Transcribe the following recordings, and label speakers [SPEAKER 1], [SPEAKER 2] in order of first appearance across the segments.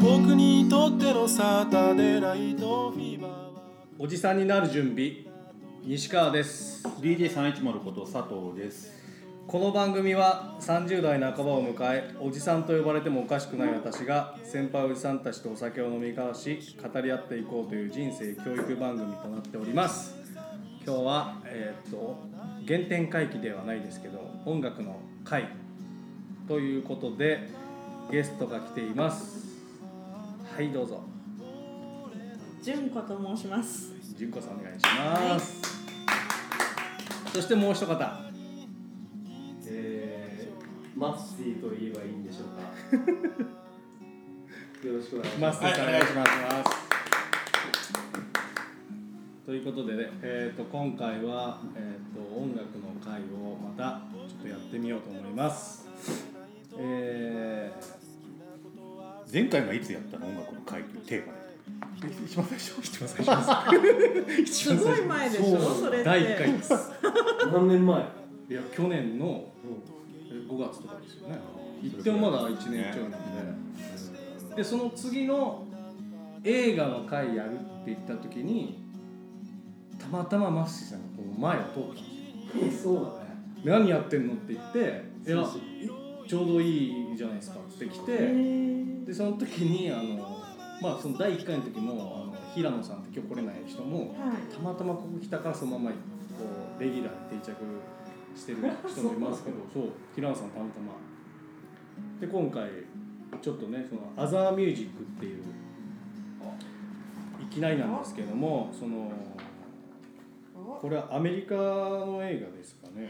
[SPEAKER 1] 僕にとってのサタデーライトフィーバーは
[SPEAKER 2] おじさんになる準備西川です
[SPEAKER 3] DJ310 こと佐藤です
[SPEAKER 2] この番組は30代半ばを迎えおじさんと呼ばれてもおかしくない私が先輩おじさんたちとお酒を飲み交わし語り合っていこうという人生教育番組となっております今日はえーっと原点回帰ではないですけど音楽の回ということでゲストが来ていますはいどうぞ
[SPEAKER 4] 純子と申します。
[SPEAKER 2] 純子さんお願いします、そしてもう一方
[SPEAKER 5] えー、マッティと言えばいいんでしょ うか。よろしくお願いし
[SPEAKER 2] マ
[SPEAKER 5] ま
[SPEAKER 2] ス
[SPEAKER 5] す。
[SPEAKER 2] ターさん、
[SPEAKER 3] はいお願いします
[SPEAKER 2] ということでね、えー、と今回は、えー、と音楽の会をまたちょっとやってみようと思います。え
[SPEAKER 3] 前回がいつやったの音楽の会というテーマで一番最初 一番最 初
[SPEAKER 4] すごい前でしょ。それ
[SPEAKER 2] ー、
[SPEAKER 4] って。
[SPEAKER 2] 第1回です。
[SPEAKER 5] 何年前？
[SPEAKER 2] いや去年の5月とかですよね。行ってもまだ1年ちょいなんで。でその次の映画の会やるって言った時にたまたまマッシーさんがこの前を通ったんですよ。
[SPEAKER 5] えそうだね。
[SPEAKER 2] 何やってんのって言って「いや
[SPEAKER 5] そうそ
[SPEAKER 2] ちょうどいいじゃないですか」って来
[SPEAKER 4] へ
[SPEAKER 2] て
[SPEAKER 4] ー
[SPEAKER 2] でその時にあのまあその第1回の時もあの平野さんって今日来れない人も
[SPEAKER 4] はい。
[SPEAKER 2] たまたまここ来たからそのままこうレギュラーに定着してる人もいますけどそう平野さんたまたま。で今回ちょっとねそのアザーミュージックっていういきなりなんですけどもその
[SPEAKER 4] おは
[SPEAKER 2] これはアメリカの映画ですかね。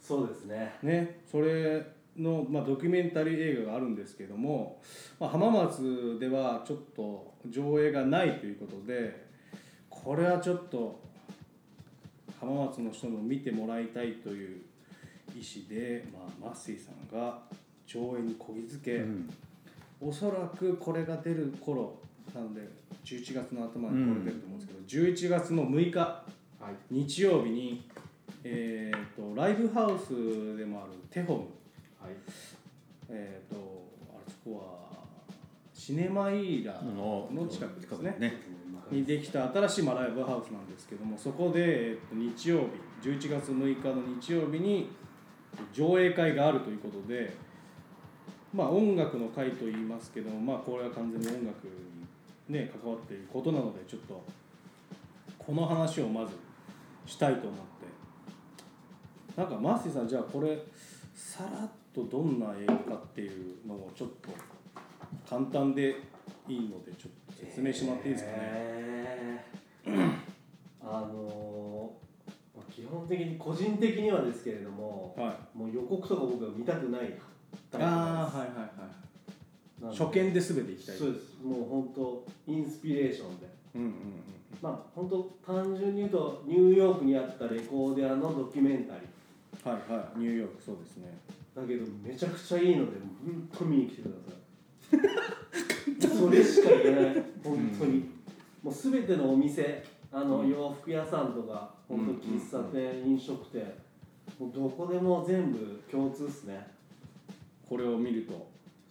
[SPEAKER 5] そうですね。
[SPEAKER 2] ね、それの、まあ、ドキュメンタリー映画があるんですけども、まあ、浜松ではちょっと上映がないということでこれはちょっと浜松の人も見てもらいたいという意思で、まあ、マッシーさんが上映にこぎづけ、おそらくこれが出る頃なんで11月の頭にこれ出ると思うんですけど、11月の6日
[SPEAKER 5] はい。
[SPEAKER 2] 日曜日に、えー、とライブハウスでもあるテホム、
[SPEAKER 5] はい。
[SPEAKER 2] えー、とあそこはシネマイーラ
[SPEAKER 3] の
[SPEAKER 2] の近くですね
[SPEAKER 3] ね
[SPEAKER 2] にできた新しいまあライブハウスなんですけどもそこで、えー、と日曜日11月6日の日曜日に上映会があるということで、まあ、音楽の会といいますけど、まあ、これは完全に音楽に、ね、関わっていることなのでちょっとこの話をまずしたいと思ってなんかマーシーさんじゃあこれさらっとどんな映画かっていうのをちょっと簡単でいいのでちょっと説明してもらっていいですかね。
[SPEAKER 5] ね。あのー、まあ基本的に個人的にはですけれども、
[SPEAKER 2] はい
[SPEAKER 5] もう予告とか僕は見たくないタイプ
[SPEAKER 2] ああ
[SPEAKER 5] なん
[SPEAKER 2] は
[SPEAKER 5] で
[SPEAKER 2] いはいはい
[SPEAKER 5] す。なんで
[SPEAKER 2] 初見で全ていきたい
[SPEAKER 5] そうです。もう本当インスピレーションで。
[SPEAKER 2] うんうん
[SPEAKER 5] まあ本当単純に言うとニューヨークにあったレコーディアのドキュメンタリー。
[SPEAKER 2] うんはいはいニューヨークそうですね
[SPEAKER 5] だけどめちゃくちゃいいので本当見に来てくださいそれしか言えない本当に、もう全てのお店あの、洋服屋さんとか本当喫茶店、飲食店もうどこでも全部共通っすね
[SPEAKER 2] これを見ると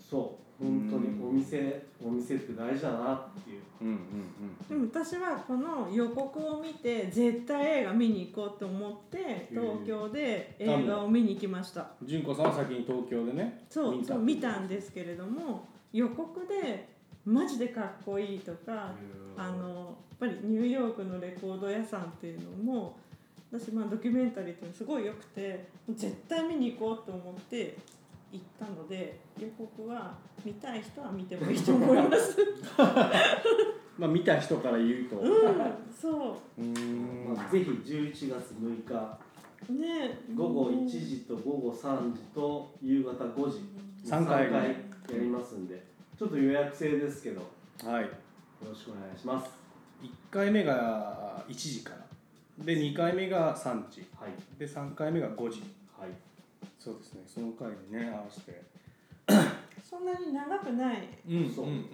[SPEAKER 5] そう本当にお店お店って大事だなっていう
[SPEAKER 2] うんうん
[SPEAKER 4] でも私はこの予告を見て絶対映画見に行こうと思って東京で映画を見に行きました。
[SPEAKER 2] うん純子さんは先に東京でね
[SPEAKER 4] そうそう見たん
[SPEAKER 2] で
[SPEAKER 4] ですけれども予告でマジでかっこいいとかあのやっぱりニューヨークのレコード屋さんっていうのも私まあドキュメンタリーっていうのすごい良くて絶対見に行こうと思って行ったので予告は見たい人は見てもいいと思います
[SPEAKER 2] まあ見た人から言うと
[SPEAKER 4] うんそ
[SPEAKER 2] うん
[SPEAKER 5] まあ、ぜひ11月6日
[SPEAKER 4] うね
[SPEAKER 5] 午後1時と午後3時と夕方5時
[SPEAKER 2] 三回
[SPEAKER 5] 三やりますんでちょっと予約制ですけどよ
[SPEAKER 2] はい
[SPEAKER 5] ろしくお願いします
[SPEAKER 2] 1回目が1時からで2回目が3時
[SPEAKER 5] はい
[SPEAKER 2] で3回目が5時
[SPEAKER 5] はい
[SPEAKER 2] そうですねその回にね合わせて
[SPEAKER 4] そんなに長くない
[SPEAKER 2] うんうん
[SPEAKER 5] そう
[SPEAKER 2] うん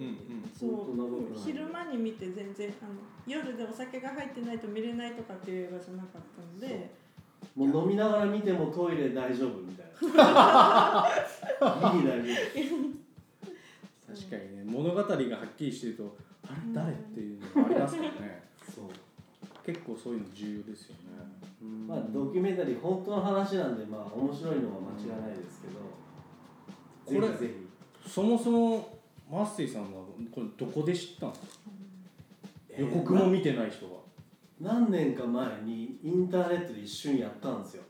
[SPEAKER 4] そう
[SPEAKER 5] 本当長くない
[SPEAKER 4] 昼間に見て全然あの夜でお酒が入ってないと見れないとかっていう映画じゃなかったので
[SPEAKER 5] もう飲みながら見てもトイレ大丈夫みたい
[SPEAKER 2] うん
[SPEAKER 5] なギリ大丈
[SPEAKER 2] 確 かにね物語がはっきりしてるとあれ誰っていうのがありますからね
[SPEAKER 5] 夫そう
[SPEAKER 2] 結構そういうの重要ですよね、うん
[SPEAKER 5] まあドキュメンタリー本当の話なんでまあ面白いのは間違いないですけど、
[SPEAKER 2] これ
[SPEAKER 5] ぜひぜひ
[SPEAKER 2] そもそもマッセイさんはこれどこで知ったんですか、
[SPEAKER 5] えー
[SPEAKER 2] 予告も見てない人が
[SPEAKER 5] 何年か前にインターネットで一瞬やったんですよ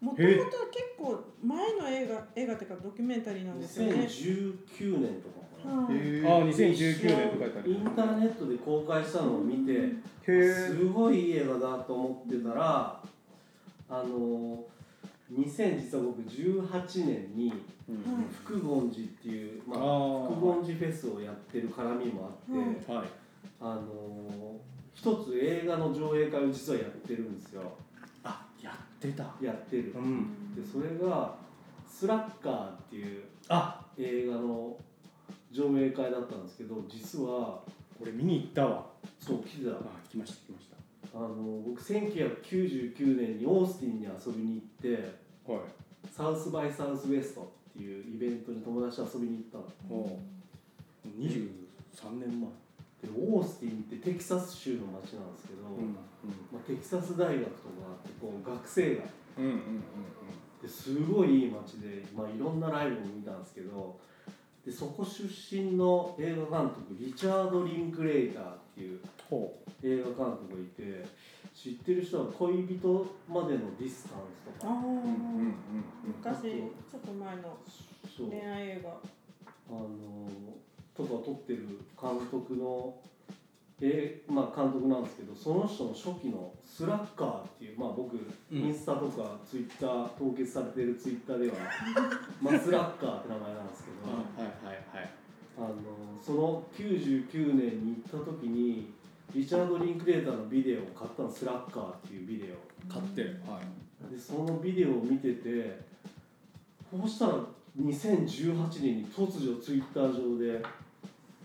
[SPEAKER 4] もともとは結構前の映画映画っていうかドキュメンタリーなんですよね。
[SPEAKER 5] 2019年とかかな、
[SPEAKER 4] はい
[SPEAKER 3] へ
[SPEAKER 2] ああ
[SPEAKER 3] ー
[SPEAKER 2] 2019年って書いてある
[SPEAKER 5] インターネットで公開したのを見て、
[SPEAKER 2] へ
[SPEAKER 5] すごいいい映画だと思ってたらあの2000実は僕18年に
[SPEAKER 2] うん
[SPEAKER 4] はい
[SPEAKER 5] 福権寺っていう、まあ
[SPEAKER 2] あー
[SPEAKER 5] 福権寺フェスをやってる絡みもあって、
[SPEAKER 4] はい
[SPEAKER 2] はい
[SPEAKER 5] あの一つ映画の上映会を実はやってるんですよ
[SPEAKER 2] あやってた
[SPEAKER 5] やってる、
[SPEAKER 2] う
[SPEAKER 5] で
[SPEAKER 2] ん
[SPEAKER 5] それが「スラッガー」っていう
[SPEAKER 2] あ
[SPEAKER 5] 映画の上映会だったんですけど実は
[SPEAKER 2] これ見に行ったわ
[SPEAKER 5] そう来てた
[SPEAKER 2] あ来ました来まし
[SPEAKER 5] あの僕1999年にオースティンに遊びに行って
[SPEAKER 2] たはい
[SPEAKER 5] サウスバイサウスウェストっていうイベントに友達と遊びに行ったの
[SPEAKER 2] お23年前
[SPEAKER 5] でオースティンってテキサス州の町なんですけど、まあ、テキサス大学とかあってこう学生街
[SPEAKER 2] うんうんうんうん
[SPEAKER 5] ですごいいい街で、まあ、いろんなライブも見たんですけどでそこ出身の映画監督リチャード・リンクレイターっていう
[SPEAKER 2] ほ
[SPEAKER 5] 映画監督がいて知ってる人は「恋人までのディスタンス」と
[SPEAKER 4] あ
[SPEAKER 5] か
[SPEAKER 2] ううんうんう
[SPEAKER 4] ー
[SPEAKER 2] ん
[SPEAKER 4] 昔ちょっと前の
[SPEAKER 5] そう
[SPEAKER 4] 恋愛映画。
[SPEAKER 5] あのとかを撮ってる監督の、えーまあ、監督なんですけどその人の初期の「スラッガー」っていう、まあ、僕、インスタとかツイッター凍結されてるツイッターでは「まあ、スラッガー」って名前なんですけど、
[SPEAKER 2] はいはいはい
[SPEAKER 5] あのその99年に行った時にリチャード・リンクレーターのビデオを買ったの「スラッガー」っていうビデオ
[SPEAKER 2] 買ってはい
[SPEAKER 5] でそのビデオを見ててこうしたら2018年に突如ツイッター上で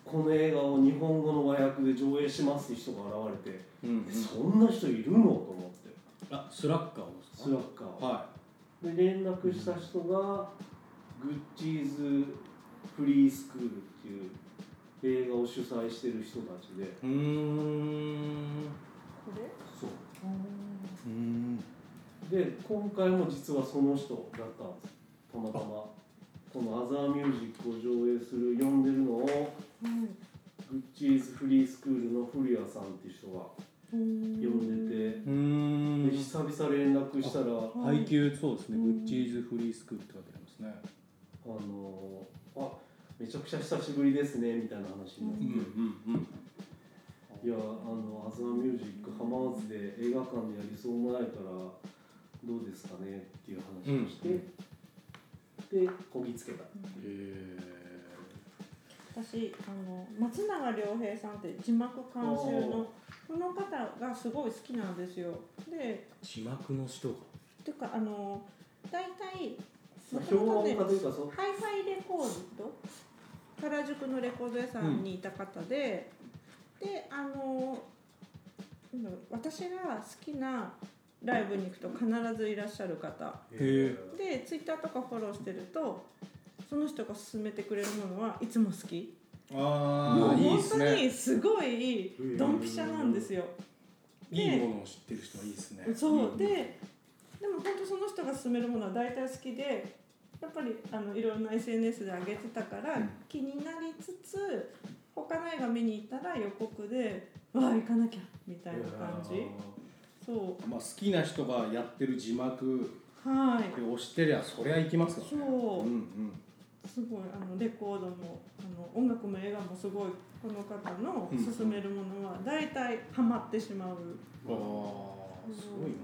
[SPEAKER 5] この映画を日本語の和訳で上映しますって人が現れて、
[SPEAKER 2] うんうん
[SPEAKER 5] えそんな人いるのと思って
[SPEAKER 2] あスラッガーです
[SPEAKER 5] スラッガーを
[SPEAKER 2] は
[SPEAKER 5] で連絡した人が「グッチーズ・フリースクール」っていう映画を主催してる人たちで
[SPEAKER 2] いうーん
[SPEAKER 4] これ？
[SPEAKER 5] そう
[SPEAKER 3] うーん
[SPEAKER 5] で今回も実はその人だったんですたまたまこの「アザーミュージック」を上映する呼んでるのを
[SPEAKER 4] うん
[SPEAKER 5] グッチーズ・フリースクールの古谷さんっていう人が
[SPEAKER 4] 呼ん
[SPEAKER 5] 呼んでて
[SPEAKER 2] うー
[SPEAKER 5] で
[SPEAKER 2] ん
[SPEAKER 5] 久々連絡したら「
[SPEAKER 4] はい
[SPEAKER 2] 配給そうですね
[SPEAKER 4] う
[SPEAKER 2] グ
[SPEAKER 4] ん
[SPEAKER 2] ッチーズフリースクールって書いてありますね
[SPEAKER 5] あのーあめちゃくちゃ久しぶりですね」みたいな話になって。
[SPEAKER 4] うん
[SPEAKER 2] うんうん
[SPEAKER 5] いやあの「アザーミュージック浜松で映画館でやりそうもないからどうですかね」っていう話をして、でこぎつけた
[SPEAKER 2] へ
[SPEAKER 4] 私あの松永良平さんって字幕監修のこの方がすごい好きなんですよ。で、
[SPEAKER 2] え字幕の人が
[SPEAKER 4] ていうかあの大体
[SPEAKER 5] まあ、評論家というかそう
[SPEAKER 4] ハイファイレコード原宿のレコード屋さんにいた方で、であのなんだろう私が好きなライブに行くと必ずいらっしゃる方
[SPEAKER 2] へえ
[SPEAKER 4] でツイッターとかフォローしてるとその人が勧めてくれるものはいつも好きもう
[SPEAKER 2] ああいい
[SPEAKER 4] 本
[SPEAKER 2] です
[SPEAKER 4] 当
[SPEAKER 2] ね
[SPEAKER 4] にすごいドンピシャなんですよ。
[SPEAKER 2] いいものを知ってる人はいいですね
[SPEAKER 4] そうででも本当その人が勧めるものは大体好きでやっぱりあのいろんな SNS で上げてたから
[SPEAKER 2] うん
[SPEAKER 4] 気になりつつ他の映画見に行ったら予告で「わあ行かなきゃ」みたいな感
[SPEAKER 5] い
[SPEAKER 4] じ
[SPEAKER 5] や
[SPEAKER 4] そ
[SPEAKER 2] まあ、好きな人がやってる字幕
[SPEAKER 4] うは
[SPEAKER 2] で押してりゃそりゃいきますよね
[SPEAKER 4] そう
[SPEAKER 2] う
[SPEAKER 4] ん
[SPEAKER 2] ん
[SPEAKER 4] いすごいあのレコードもあの音楽も映画もすごいこの方の
[SPEAKER 2] うん
[SPEAKER 4] 勧めるものは大体ハマってしまう
[SPEAKER 2] ああすごいな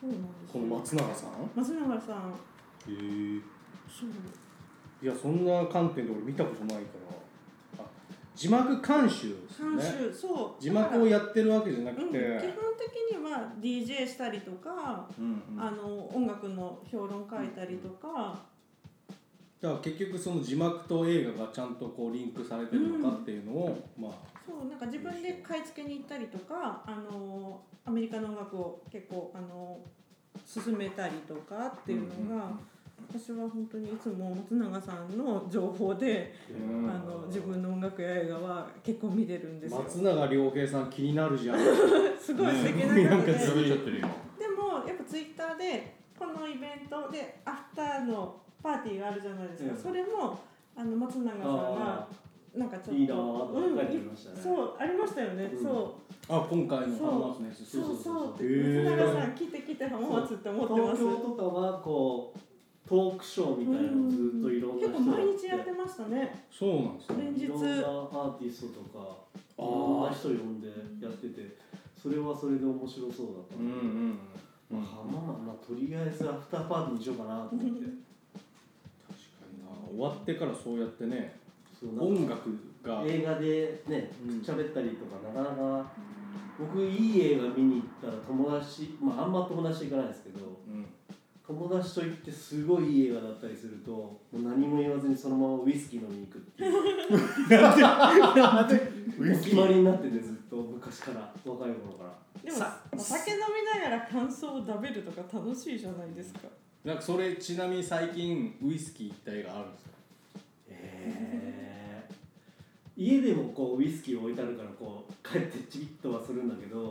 [SPEAKER 4] そうなんです
[SPEAKER 2] この
[SPEAKER 4] よ
[SPEAKER 2] 松永さん
[SPEAKER 4] 松永さん
[SPEAKER 2] へえ
[SPEAKER 4] そう
[SPEAKER 2] いやそんな観点で俺見たことないからあ字幕監修ですよ
[SPEAKER 4] 監
[SPEAKER 2] ね
[SPEAKER 4] 修そう
[SPEAKER 2] 字幕をやってるわけじゃなく
[SPEAKER 4] うん、基
[SPEAKER 2] て、
[SPEAKER 4] 本的には DJ したりとか、
[SPEAKER 2] うんうん
[SPEAKER 4] あの音楽の評論書いたりとか、
[SPEAKER 2] だから結局その字幕と映画がちゃんとこうリンクされてるのかっていうのを、まあ
[SPEAKER 4] そうなんか自分で買い付けに行ったりとか、あのアメリカの音楽を結構あの進めたりとかっていうのが、私は本当にいつも松永さんの情報で、
[SPEAKER 2] うん
[SPEAKER 4] あの自分の音楽や映画は結構見てるんですよ。
[SPEAKER 2] 松永良平さん気になるじゃ ん
[SPEAKER 4] すごい素敵
[SPEAKER 2] ね
[SPEAKER 4] な方で、
[SPEAKER 2] す
[SPEAKER 4] で
[SPEAKER 3] 喋っ
[SPEAKER 2] ごい
[SPEAKER 4] も
[SPEAKER 3] ちゃってるよ
[SPEAKER 4] やっぱツイッターでこのイベントでアフターのパーティーがあるじゃないですか。
[SPEAKER 5] うん
[SPEAKER 4] それもあの松永さんが
[SPEAKER 5] あ
[SPEAKER 4] なんかちょっと
[SPEAKER 5] あいいなぁと
[SPEAKER 4] うん
[SPEAKER 5] 書いてみましたね、
[SPEAKER 4] そうありましたよね。
[SPEAKER 5] うん
[SPEAKER 4] そう。
[SPEAKER 2] あ今回の浜松のやつ
[SPEAKER 4] そうそうって、
[SPEAKER 2] へ
[SPEAKER 4] 松永さ
[SPEAKER 2] ー
[SPEAKER 4] ん、来て来て浜松って思ってま
[SPEAKER 5] 東
[SPEAKER 4] す。
[SPEAKER 5] 京とかはこうトークショーみたいなのをずっといろんな
[SPEAKER 4] 結構
[SPEAKER 5] 人が
[SPEAKER 4] 毎
[SPEAKER 5] 来
[SPEAKER 4] 日やってましたね。
[SPEAKER 2] そうなんですね
[SPEAKER 4] 連
[SPEAKER 5] い
[SPEAKER 4] 日。
[SPEAKER 5] ろんなアーティストとかいろんな人呼んでやっててそれはそれで面白そうだった
[SPEAKER 2] うんうんうん
[SPEAKER 5] まあ浜松まあとりあえずアフターパーティーにしようかなと思って
[SPEAKER 2] 確かにな終わってからそうやってね
[SPEAKER 5] そうなん
[SPEAKER 2] 音
[SPEAKER 5] か
[SPEAKER 2] 楽が
[SPEAKER 5] 映画でね
[SPEAKER 2] うん
[SPEAKER 5] 喋ったりとかなかなか僕いい映画見に行ったら友達まああんま友達と行かないですけど
[SPEAKER 2] うん
[SPEAKER 5] 友達と行ってすごいいい映画だったりするともう何も言わずにそのままウイスキー飲みに行くっていう
[SPEAKER 3] ウイ
[SPEAKER 5] お
[SPEAKER 3] スキ
[SPEAKER 5] 決
[SPEAKER 3] ー
[SPEAKER 5] まりになっててずっと昔から若い頃から
[SPEAKER 4] でも、お酒飲みながら感想を食べるとか楽しいじゃないですか。
[SPEAKER 2] なんかそれちなみに最近ウイスキー行った映画あるんですか
[SPEAKER 5] えー家でもこうウイスキー置いてあるからこう帰ってちびっとはするんだけどいや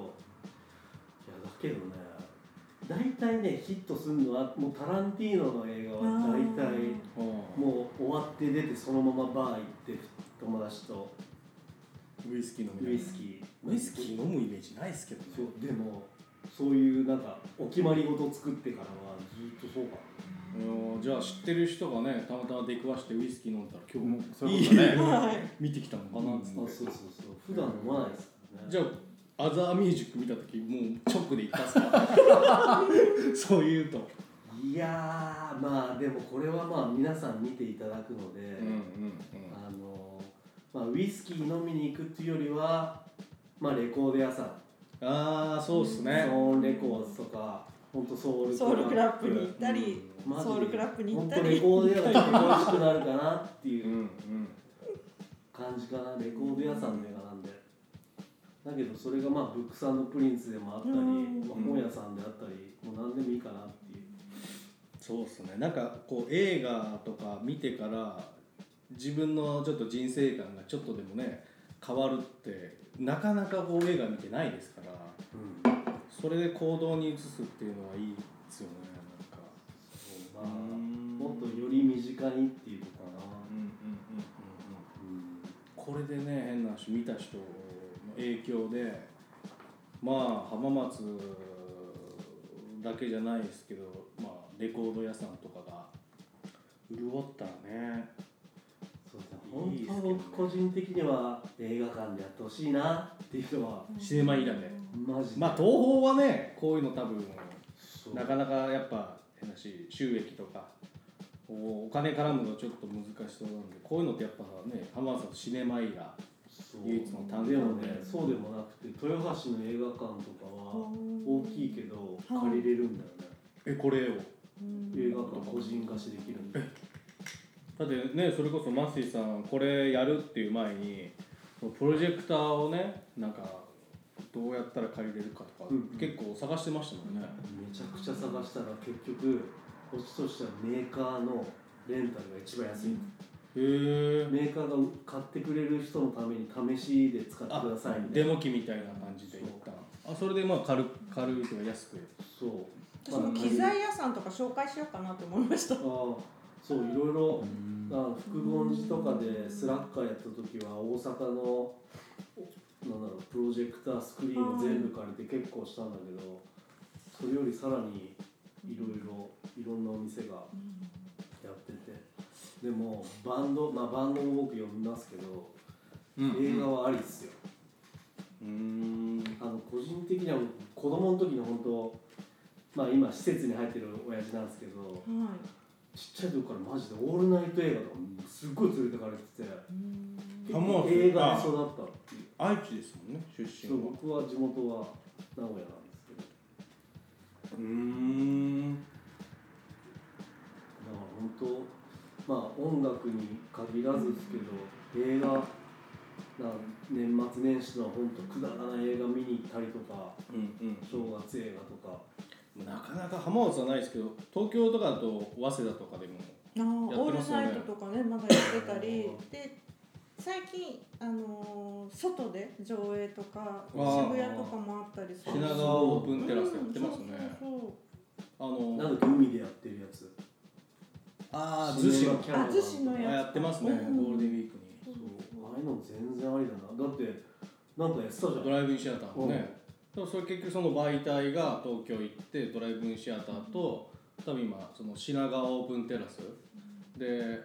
[SPEAKER 5] だけどね大体ねヒットするのはもうタランティーノの映画は大
[SPEAKER 4] あ
[SPEAKER 5] 体
[SPEAKER 4] ー
[SPEAKER 2] も
[SPEAKER 5] もう終わって出てそのままバー行って友達と
[SPEAKER 2] うウイスキー飲みな
[SPEAKER 5] ウ
[SPEAKER 2] がら
[SPEAKER 5] イスキー
[SPEAKER 2] ウイスキー飲むイメージないですけどね
[SPEAKER 5] そうでもそういうなんかお決まり事作ってからはずっとそうかな
[SPEAKER 2] あのじゃあ知ってる人がねたまたま出くわしてウイスキー飲んだら今日
[SPEAKER 3] も
[SPEAKER 2] も
[SPEAKER 3] うそういうことね
[SPEAKER 4] はい。
[SPEAKER 2] 見てきたのかなっつって、
[SPEAKER 5] あそうそうそう普段飲まないですからね
[SPEAKER 2] じゃあアザーミュージック見た時もう直で行ったっすか そういうと
[SPEAKER 5] いやーまあでもこれはまあ皆さん見ていただくので、あのまあ、ウイスキー飲みに行くっていうよりは、まあ、レコード屋さん、
[SPEAKER 2] ああそうっす
[SPEAKER 5] ソ
[SPEAKER 2] ね
[SPEAKER 5] ーンレコーズとか本当ソウル
[SPEAKER 4] ソウルクラップに行
[SPEAKER 5] に
[SPEAKER 4] ったり、ソウルクラップに行った
[SPEAKER 5] 本当レ
[SPEAKER 4] り。
[SPEAKER 5] コード屋さんが欲しくなるかなって
[SPEAKER 2] う
[SPEAKER 5] い
[SPEAKER 2] ん
[SPEAKER 5] う
[SPEAKER 2] うん
[SPEAKER 5] 感じかなレコード屋さんの映画なんでだけどそれがまあブックサンドプリンスでもあったり、
[SPEAKER 4] うん
[SPEAKER 5] まあ、本屋さんであったりもう何でもいいかなっていう
[SPEAKER 2] そうっすねなんかこう映画とか見てから自分のちょっと人生観がちょっとでもね変わるってなかなかこう映画見てないですからそれで行動に移すっていうのはいいですよねなんか
[SPEAKER 5] そう
[SPEAKER 2] う
[SPEAKER 5] まあ
[SPEAKER 2] ん
[SPEAKER 5] もっとより身近にっていうことか
[SPEAKER 2] う
[SPEAKER 5] な、
[SPEAKER 2] んうんうんうんうんこれでね変な話見た人の影響でまあ浜松だけじゃないですけど、まあ、レコード屋さんとかが潤ったらね
[SPEAKER 5] そうですね
[SPEAKER 2] いいですけどね
[SPEAKER 5] 本当僕個人的には映画館でやってほしいなっていうのは
[SPEAKER 2] シネマイラで
[SPEAKER 5] マジで、
[SPEAKER 2] まあ東宝はねこういうの多分
[SPEAKER 5] そう
[SPEAKER 2] なかなかやっぱ変な話収益とかおお金絡むのはちょっと難しそうなんでこういうのってやっぱね浜松のシネマイラ
[SPEAKER 5] そう
[SPEAKER 2] 唯一の単
[SPEAKER 5] で
[SPEAKER 2] 館
[SPEAKER 5] もねそうでもなくて豊橋の映画館とかは大きいけど
[SPEAKER 4] はい
[SPEAKER 5] 借りれるんだよね
[SPEAKER 2] えこれを
[SPEAKER 4] うん
[SPEAKER 5] 映画館個人貸しできるんで
[SPEAKER 2] だってねそれこそマッシーさんこれやるっていう前にそのプロジェクターをねなんかどうやったら借りれるかとか、
[SPEAKER 5] うんうん
[SPEAKER 2] 結構探してましたもんね、
[SPEAKER 5] めちゃくちゃ探したら結局こっちとしてはメーカーのレンタルが一番安い
[SPEAKER 2] へえ
[SPEAKER 5] メーカーが買ってくれる人のために試しで使ってくださいみた
[SPEAKER 2] デ
[SPEAKER 5] いな
[SPEAKER 2] モ機みたいな感じでいったあそれでまあ軽く軽いというか安く
[SPEAKER 5] そう
[SPEAKER 4] 私も機材屋さんとか紹介しようかなと思いました。
[SPEAKER 5] ああそういろいろあ複合寺とかでスラッカーやった時は大阪のおなんだろうプロジェクタースクリーンを全部借りて結構したんだけどそれよりさらにいろいろいろんなお店がやっててでもバンドまあバンドも僕呼びますけど
[SPEAKER 2] うん
[SPEAKER 5] 映画はありっすよ
[SPEAKER 2] うん
[SPEAKER 5] あの個人的には子供の時の本当まあ今施設に入ってる親父なんですけど
[SPEAKER 4] は
[SPEAKER 5] ちっちゃい時からマジでオールナイト映画とかすっごい連れてかれてて
[SPEAKER 4] い。うん
[SPEAKER 2] あもう
[SPEAKER 5] 映画で育ったっていう
[SPEAKER 2] 愛知ですもんね出身
[SPEAKER 5] そう
[SPEAKER 2] は
[SPEAKER 5] 僕は地元は名古屋なんですけどだ
[SPEAKER 2] うーん
[SPEAKER 5] から本当まあ音楽に限らずですけど映画な年末年始の本当くだらない映画見に行ったりとか
[SPEAKER 2] うん
[SPEAKER 5] 正月映画とか
[SPEAKER 2] うん、なかなか浜松はないですけど東京とかだと早稲田とかでも
[SPEAKER 4] あー
[SPEAKER 2] やっ
[SPEAKER 4] オ
[SPEAKER 2] て
[SPEAKER 4] ー
[SPEAKER 2] ま
[SPEAKER 4] ル
[SPEAKER 2] すよ
[SPEAKER 4] ナ
[SPEAKER 2] ね
[SPEAKER 4] イトとかねまだやってたり
[SPEAKER 5] あ
[SPEAKER 4] で最近、あのー外で上映とか
[SPEAKER 2] ー
[SPEAKER 4] 渋谷とかもあったりする
[SPEAKER 2] 品川オープンテラスやってますね、
[SPEAKER 4] うんそう
[SPEAKER 2] あ
[SPEAKER 4] そう
[SPEAKER 2] の
[SPEAKER 5] なんか海でやってるやつ
[SPEAKER 2] ああ
[SPEAKER 5] シネ
[SPEAKER 2] 逗子
[SPEAKER 5] マ
[SPEAKER 2] の
[SPEAKER 5] キャラバン
[SPEAKER 4] あ逗子の
[SPEAKER 5] そ
[SPEAKER 4] や
[SPEAKER 2] あやってますね、
[SPEAKER 4] うん
[SPEAKER 2] ゴールデンウィークに
[SPEAKER 4] そう
[SPEAKER 5] うああいうの全然ありだなだってなんかやってたじゃん
[SPEAKER 2] ドライブインシアターもね、でもそれ結局その媒体が東京行ってドライブインシアターと多分今その品川オープンテラスで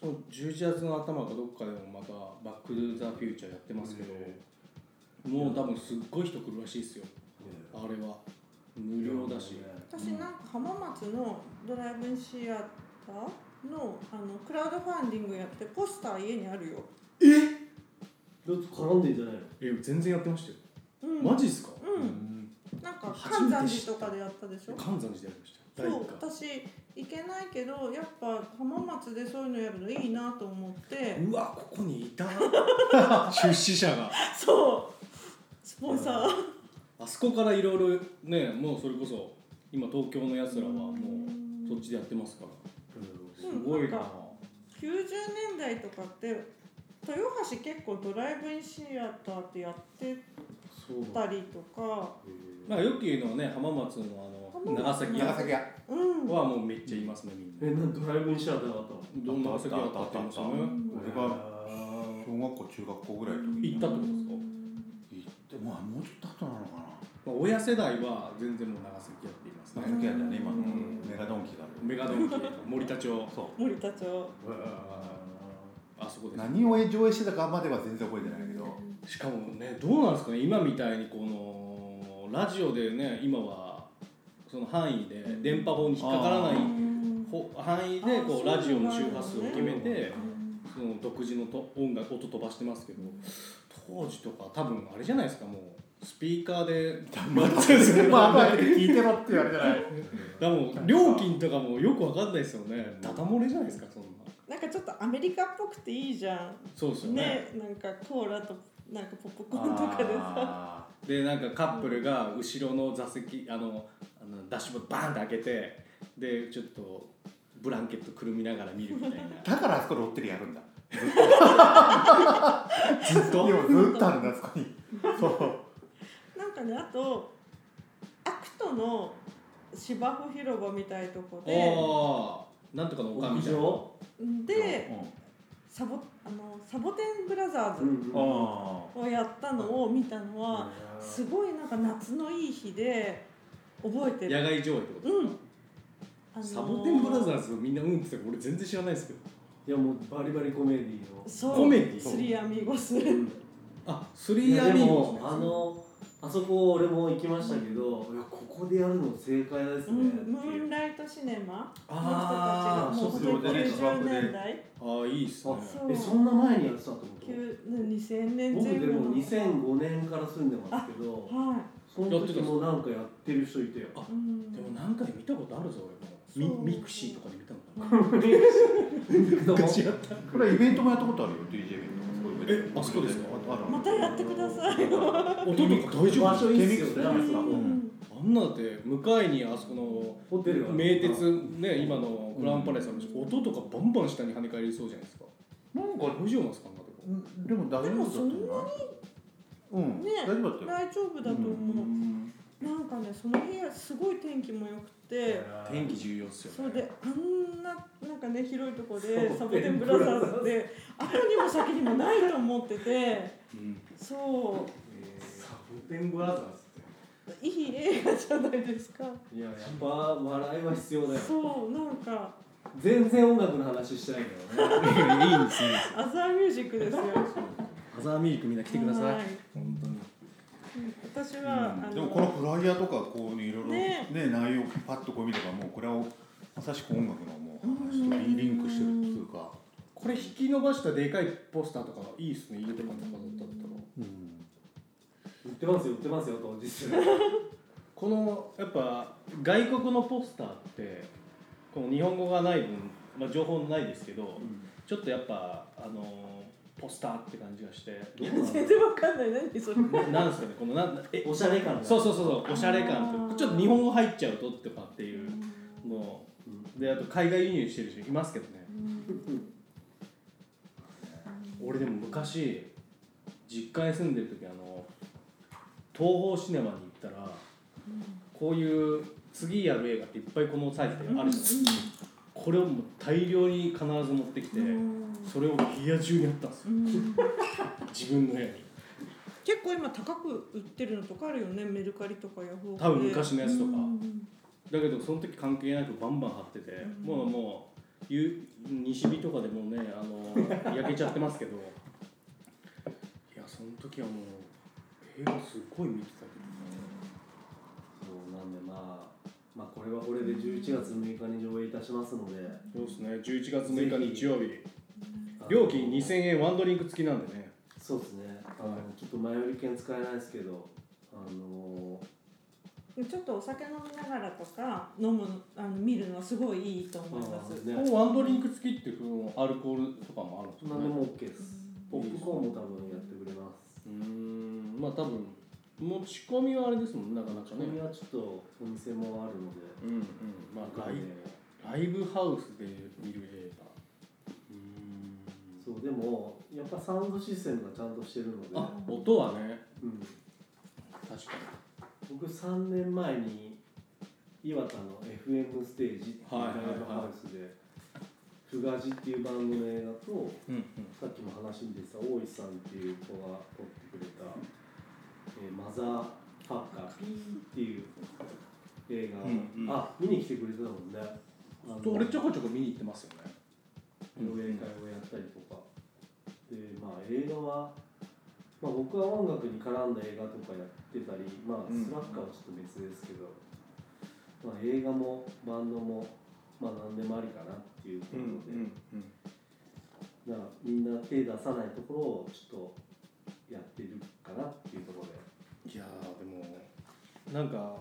[SPEAKER 2] その11月の頭かどっかでもまた「バック・トゥ・ザ・フューチャー」やってますけど、
[SPEAKER 5] ね
[SPEAKER 2] もう多分すっごい人来るらしいですよあれは無料だし、
[SPEAKER 4] 私なんか浜松のドライブインシアターのあのクラウドファンディングやってポスター家にあるよ、
[SPEAKER 5] ちょっと絡んでんじゃないの
[SPEAKER 2] え全然やってましたよ、
[SPEAKER 4] うん、
[SPEAKER 2] マジっすか
[SPEAKER 4] うんなんか関山寺とかでやったでしょ
[SPEAKER 2] 関山寺でやりました
[SPEAKER 4] そ
[SPEAKER 2] よ
[SPEAKER 4] う私行けないけどやっぱ浜松でそういうのやるのいいなと思って
[SPEAKER 2] うわここにいた 出資者が
[SPEAKER 4] そうスポンサー
[SPEAKER 2] あそこからいろいろねもうそれこそ今東京のやつらはもうそっちでやってますから
[SPEAKER 5] うん
[SPEAKER 4] うん
[SPEAKER 2] すごい
[SPEAKER 4] な
[SPEAKER 2] なん
[SPEAKER 4] か90年代とかって豊橋結構ドライブインシアターってやって
[SPEAKER 5] そうなんだ
[SPEAKER 4] たりとか
[SPEAKER 5] へ
[SPEAKER 2] なんかよく言うのはね浜松のあの
[SPEAKER 4] 浜
[SPEAKER 2] 長
[SPEAKER 4] 松
[SPEAKER 2] 崎
[SPEAKER 4] の
[SPEAKER 2] 屋
[SPEAKER 3] 長崎屋
[SPEAKER 4] うん
[SPEAKER 2] はもうめっちゃいますねみん
[SPEAKER 5] え
[SPEAKER 2] な
[SPEAKER 5] えなんかドライブインシアターだったの
[SPEAKER 2] どんな長崎屋だったって言いましたね
[SPEAKER 3] 俺が小学校中学校ぐらいの時
[SPEAKER 2] 行
[SPEAKER 3] に
[SPEAKER 2] ったってことですか、
[SPEAKER 3] 行ってまあもうちょっと後なのか
[SPEAKER 2] まあ、親世代は全然もう長崎屋って言います
[SPEAKER 3] な
[SPEAKER 2] ね
[SPEAKER 3] 長崎屋だよね今の
[SPEAKER 2] うん
[SPEAKER 3] メガドンキがある
[SPEAKER 2] メガドンキ森田町
[SPEAKER 3] そ
[SPEAKER 4] 森田町
[SPEAKER 2] あそこ
[SPEAKER 3] う
[SPEAKER 2] です
[SPEAKER 3] 何を上映してたかまでは全然覚えてないけど
[SPEAKER 2] しかもねどうなんですかね今みたいにこのラジオでね今はその範囲で電波法に引っかからな
[SPEAKER 3] う
[SPEAKER 2] い
[SPEAKER 4] うん
[SPEAKER 2] ほ範囲でこう
[SPEAKER 4] あー
[SPEAKER 2] ラジオの周波数を決めて
[SPEAKER 4] う
[SPEAKER 2] そ
[SPEAKER 4] ん
[SPEAKER 2] の独自のと音楽音飛ばしてますけど当時とか多分あれじゃないですかもうスピーカーで
[SPEAKER 3] まあまあ聞いてろって言われて ない
[SPEAKER 2] だからもう料金とかもよくわかんないですよねダダ漏れじゃないですかそんな
[SPEAKER 4] なんかちょっとアメリカっぽくていいじゃ
[SPEAKER 2] そうですよ
[SPEAKER 4] ん
[SPEAKER 2] ね
[SPEAKER 4] ねなんかコーラとなんかポップコーンとかでさ
[SPEAKER 2] でなんかカップルが後ろの座席あのあのダッシュボードバーンって開けてでちょっとブランケットくるみながら見るみたい
[SPEAKER 3] だ
[SPEAKER 2] な
[SPEAKER 3] からあそこロッテリアやるんだ
[SPEAKER 2] ずっと
[SPEAKER 3] 今 ずっとあるんだあそこにそう
[SPEAKER 4] なんかねあとアクトの芝生広場みたいとこで
[SPEAKER 2] ああなんとかのおかみ
[SPEAKER 5] 屋
[SPEAKER 2] たいな
[SPEAKER 5] 上
[SPEAKER 4] でサボあのサボテンブラザーズ
[SPEAKER 3] うんあ
[SPEAKER 4] をやったのを見たのはすごいなんか夏のいい日で覚えて
[SPEAKER 2] 野外上
[SPEAKER 4] る
[SPEAKER 2] 映ってこと
[SPEAKER 4] うん、あのー
[SPEAKER 2] サボテンブラザーズみんなうんって言ってたから俺全然知らないですけど
[SPEAKER 5] いやもうバリバリコメディの
[SPEAKER 4] そう
[SPEAKER 2] コメディ
[SPEAKER 4] スリーアミーゴス
[SPEAKER 2] あスリ
[SPEAKER 5] い
[SPEAKER 2] ー
[SPEAKER 5] や
[SPEAKER 2] ア
[SPEAKER 5] で
[SPEAKER 2] ミーゴ
[SPEAKER 5] もあのあそこ俺も行きましたけどいやここでやるの正解です
[SPEAKER 4] う
[SPEAKER 5] ね
[SPEAKER 4] んム
[SPEAKER 5] って
[SPEAKER 4] ー
[SPEAKER 5] い
[SPEAKER 4] ン
[SPEAKER 5] う
[SPEAKER 4] ライトシネマ
[SPEAKER 2] あー
[SPEAKER 4] の人たちがもう本当に90年代
[SPEAKER 2] ああいいっすね
[SPEAKER 4] そう
[SPEAKER 5] えそんな前にやってたと思う
[SPEAKER 4] 9 2000年
[SPEAKER 5] 僕
[SPEAKER 4] 前
[SPEAKER 5] で
[SPEAKER 4] 後の
[SPEAKER 5] も2005年から住んでますけど
[SPEAKER 4] は
[SPEAKER 5] その時もなんかやってる人いたよ
[SPEAKER 2] あ
[SPEAKER 4] い、うん、
[SPEAKER 2] でも何回見たことあるぞ俺
[SPEAKER 4] そ
[SPEAKER 2] も
[SPEAKER 4] う
[SPEAKER 2] ミミクシーとかで見たのかな
[SPEAKER 5] 昔
[SPEAKER 3] これイベントもやったことあるよ DJ イベントすごいイベント
[SPEAKER 2] えあそうですか
[SPEAKER 3] あるある
[SPEAKER 4] またやってください
[SPEAKER 2] 音とか大丈夫
[SPEAKER 5] 場所いいっすよね
[SPEAKER 3] う
[SPEAKER 5] あ
[SPEAKER 3] ん
[SPEAKER 5] そこ
[SPEAKER 2] あんなだって向かいにあそこの
[SPEAKER 5] ホテルが
[SPEAKER 2] 名鉄ね今のグランパレスの音とかバンバン下に跳ね返りそうじゃないですか
[SPEAKER 3] なんか
[SPEAKER 2] 大丈夫なんですかあんなとこ
[SPEAKER 3] うんでも大丈夫だったんじゃないうん
[SPEAKER 4] ね
[SPEAKER 3] 大丈夫だったよ
[SPEAKER 4] 大丈夫だと思う、なんかねその日はすごい天気も良くて
[SPEAKER 2] 天気重要っす
[SPEAKER 4] そ
[SPEAKER 2] よ
[SPEAKER 4] れ
[SPEAKER 2] ね
[SPEAKER 4] であんななんかね広いとこ
[SPEAKER 5] そう
[SPEAKER 4] でサボテンブラザーズで後にも先にもないと思ってて
[SPEAKER 2] うん
[SPEAKER 4] そ
[SPEAKER 5] サボテンブラザーズっ
[SPEAKER 4] う
[SPEAKER 5] て
[SPEAKER 4] いい映画じゃないですか
[SPEAKER 5] いややっぱ笑いは必要だよ
[SPEAKER 4] そうなんか
[SPEAKER 5] 全然音楽の話してないけどね
[SPEAKER 2] いいんですいいんです
[SPEAKER 4] アザーミュージックですよ
[SPEAKER 2] アザーミルクみんな来てくださ
[SPEAKER 4] はい
[SPEAKER 2] い本当に
[SPEAKER 4] うん私は、あの
[SPEAKER 3] でもこのフライヤーとかこういろいろね
[SPEAKER 4] ね
[SPEAKER 3] 内容パッとこう見ればもうこれはまさしく音楽のもう話とリリンクしてるっていうか
[SPEAKER 2] これ引き伸ばしたでかいポスターとかいいっすね家とかに飾ってあったら
[SPEAKER 3] うん
[SPEAKER 5] 売ってますよ売ってますよと実際
[SPEAKER 2] このやっぱ外国のポスターってこの日本語がない分まあ、情報ないですけど
[SPEAKER 5] うん
[SPEAKER 2] ちょっとやっぱあのーポスターって感じがして
[SPEAKER 5] どうなんだろう
[SPEAKER 4] 全然わかんない何それ
[SPEAKER 2] ななんですかねこのなんえ
[SPEAKER 5] おしゃれ感が
[SPEAKER 2] そうそうそうそうおしゃれ感
[SPEAKER 4] あ
[SPEAKER 2] と
[SPEAKER 4] ー
[SPEAKER 2] ちょっと日本語入っちゃうととかっていうの
[SPEAKER 5] うん
[SPEAKER 2] であと海外輸入してる人いますけどね
[SPEAKER 5] うん
[SPEAKER 2] 俺でも昔実家に住んでる時あの東宝シネマに行ったらこういう次やる映画っていっぱいこのサイズであるじゃないですか、これをもう大量に必ず持ってきて、それを部屋中にあったんですよ自分の部屋に
[SPEAKER 4] 結構今高く売ってるのとかあるよねメルカリとかヤフオクで
[SPEAKER 2] 多分昔のやつとか
[SPEAKER 4] うん
[SPEAKER 2] だけどその時関係なくバンバン貼ってて、
[SPEAKER 4] うん
[SPEAKER 2] もうもう夕西日とかでもうねあ の焼けちゃってますけどいやその時はもう映画すごい見てたけ
[SPEAKER 5] そうなんでまあまあこれはこれで11月6日に上映いたしますので
[SPEAKER 2] どそうですね11月6日日曜日
[SPEAKER 5] あの
[SPEAKER 2] 料金2000円ワンドリンク付きなんでね
[SPEAKER 5] そうですねあのちょっと前売り券使えないですけどあの
[SPEAKER 4] ちょっとお酒飲みながらとか飲むあの見るのはすごいいいと思います
[SPEAKER 5] ー
[SPEAKER 4] うん
[SPEAKER 5] ね
[SPEAKER 2] ワンドリンク付きっていうのアルコールとかもあるんですか
[SPEAKER 5] 何
[SPEAKER 2] ね
[SPEAKER 5] でも OK ですポップコーンも多分やってくれます
[SPEAKER 2] うーんまあ多分持ち込みはあれですもんねなかなか
[SPEAKER 5] ここに
[SPEAKER 2] ね
[SPEAKER 5] はちょっとお店もあるので、
[SPEAKER 2] うんうんまあライライブハウスで見る映画うーん
[SPEAKER 5] そうでもやっぱサウンドシステムがちゃんとしてるので、
[SPEAKER 2] あ音はね
[SPEAKER 5] うん、
[SPEAKER 2] 確か
[SPEAKER 5] 僕3年前に岩田の FM ステージっていうライ
[SPEAKER 2] はいはいはい
[SPEAKER 5] ブハウスで「フガジ」っていうバンドの映画と
[SPEAKER 2] にうん
[SPEAKER 5] さっきも話に出てた大石さんっていう子が撮ってくれた「えーマザーパーカーピー」っていう映画、
[SPEAKER 2] うんうん
[SPEAKER 5] あ見に来てくれてたもんねあの
[SPEAKER 2] 俺ちょこちょこ見に行ってますよね
[SPEAKER 5] 上映会をやったりとか、でまあ映画は、まあ、僕は音楽に絡んだ映画とかやってたり、まあ、
[SPEAKER 2] うん
[SPEAKER 5] スラッガーはちょっと別ですけど、まあ、映画もバンドも、まあ、何でもありかなっていうとこ
[SPEAKER 2] うん
[SPEAKER 5] ろ
[SPEAKER 2] う
[SPEAKER 5] で、
[SPEAKER 2] んうん
[SPEAKER 5] だからみんな手出さないところをちょっとやってるかなっていうところで。
[SPEAKER 2] いやーでもなんか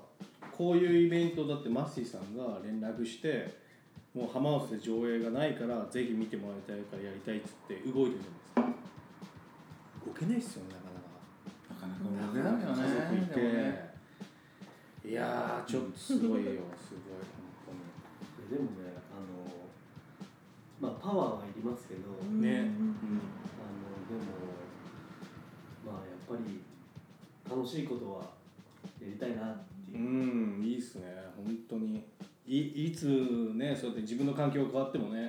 [SPEAKER 2] こういうイベントだってマッシーさんが連絡してもう浜松で上映がないからぜひ見てもらいたいからやりたいっつって動いてるじゃないですか動けないっすよねなかな
[SPEAKER 3] な
[SPEAKER 2] か。
[SPEAKER 3] かなか動けないよね
[SPEAKER 2] 家族い
[SPEAKER 3] でもね
[SPEAKER 2] ていやーちょっとす ごいよすごい本
[SPEAKER 5] ででもねあの、まあ、パワーはいりますけど、
[SPEAKER 2] 当にね
[SPEAKER 5] あのでもまあやっぱり楽しいことはやりたいなって
[SPEAKER 2] う
[SPEAKER 5] いう、
[SPEAKER 2] ん、うん、いいっすね本当にいいつねそうやって自分の環境が変わってもね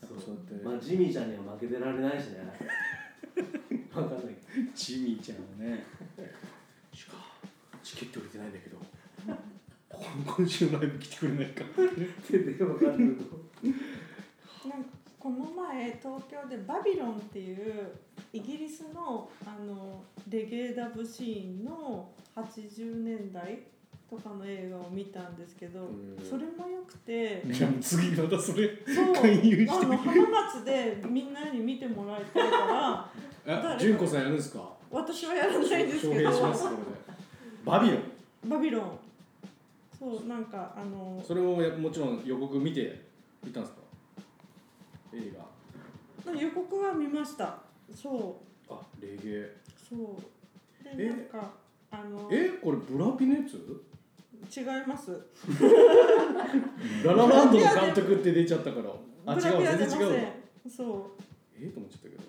[SPEAKER 2] やっぱそうやって
[SPEAKER 5] まあジミーちゃんには負けてられないし ねわかんないけ
[SPEAKER 2] ジミーちゃんはねしかチケット売れてないんだけど今今週のライブ来てくれないか
[SPEAKER 5] ど手でわかると
[SPEAKER 4] なんかこの前東京でバビロンっていうイギリスのあのレゲエダブシーンの80年代とかの映画を見たんですけど
[SPEAKER 2] ん
[SPEAKER 4] それも良くて
[SPEAKER 2] じゃあ次またそれ
[SPEAKER 4] そう
[SPEAKER 2] 勧誘して
[SPEAKER 4] あの浜松でみんなに見てもらいたいから
[SPEAKER 2] え純子さんやるんですか
[SPEAKER 4] 私はやらないんですけど
[SPEAKER 2] しますこれでバビロン
[SPEAKER 4] バビロンそうなんかあの
[SPEAKER 2] それもやもちろん予告見て見たんですか映
[SPEAKER 4] 予告は見ましたそう
[SPEAKER 2] 画あレゲエ
[SPEAKER 4] そう
[SPEAKER 2] え
[SPEAKER 4] でなんかあの
[SPEAKER 2] えこれブラピのやつ
[SPEAKER 4] 違います
[SPEAKER 2] ララランドの監督って出ちゃったからあ違
[SPEAKER 4] ブラ
[SPEAKER 2] う
[SPEAKER 4] ピは
[SPEAKER 2] わ
[SPEAKER 4] 出
[SPEAKER 2] 全然
[SPEAKER 4] ませ
[SPEAKER 2] 違
[SPEAKER 4] ん
[SPEAKER 2] うわ
[SPEAKER 4] そ
[SPEAKER 2] えと思っちゃったけど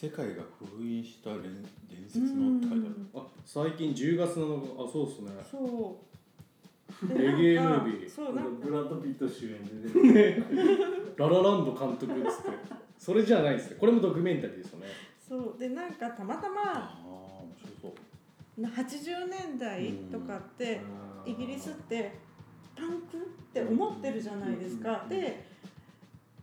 [SPEAKER 3] 世界が封印した連伝
[SPEAKER 4] うう
[SPEAKER 3] 説のって書いてある
[SPEAKER 4] ん
[SPEAKER 2] あ最近10月7日あそうっすね
[SPEAKER 4] そうで
[SPEAKER 2] レゲエ
[SPEAKER 4] なんか
[SPEAKER 2] ムービー
[SPEAKER 4] そうなんか
[SPEAKER 5] ブラッド・ピット主演で出てる
[SPEAKER 2] ララランド監督っつってそれじゃないですねこれもドキュメンタリーですよね
[SPEAKER 4] そうでなんかたまた
[SPEAKER 3] あ
[SPEAKER 4] ま
[SPEAKER 3] あ面白そう
[SPEAKER 4] 80年代とかって
[SPEAKER 5] あー
[SPEAKER 4] イギリスってパンクって思ってるじゃないですか
[SPEAKER 5] うん
[SPEAKER 4] で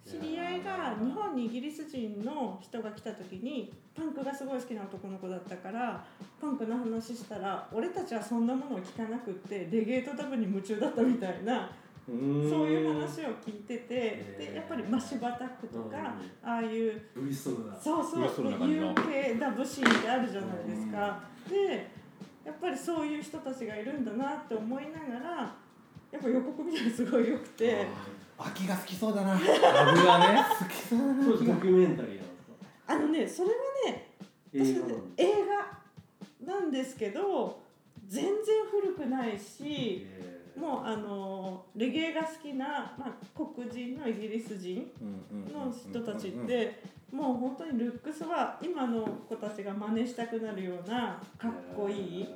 [SPEAKER 4] 知り合いが日本にイギリス人の人が来た時にパンクがすごい好きな男の子だったからパンクの話したら俺たちはそんなものを聞かなくってレゲエとダブに夢中だったみたいな
[SPEAKER 2] うーん
[SPEAKER 4] そういう話を聞いてて
[SPEAKER 5] へ、ー
[SPEAKER 4] でやっぱりマシュバタックとか、ああいう、
[SPEAKER 5] ブリストルだ
[SPEAKER 4] そうそう、
[SPEAKER 3] ウエストの中にの
[SPEAKER 4] UK ダブシーンってあるじゃないですか。で、やっぱりそういう人たちがいるんだなって思いながら、やっぱ予告みたいなのすごい良くて
[SPEAKER 3] 秋が好きそうだな
[SPEAKER 2] 株がね
[SPEAKER 3] 好きそうだな
[SPEAKER 5] そうドキュメンタリー
[SPEAKER 4] あのねそれはね私
[SPEAKER 5] なんですか映画なの
[SPEAKER 4] 映画なんですけど全然古くないし
[SPEAKER 5] えー
[SPEAKER 4] もうあのレゲエが好きな、まあ、黒人のイギリス人の人たちってもう本当にルックスは今の子たちが真似したくなるようなかっこいい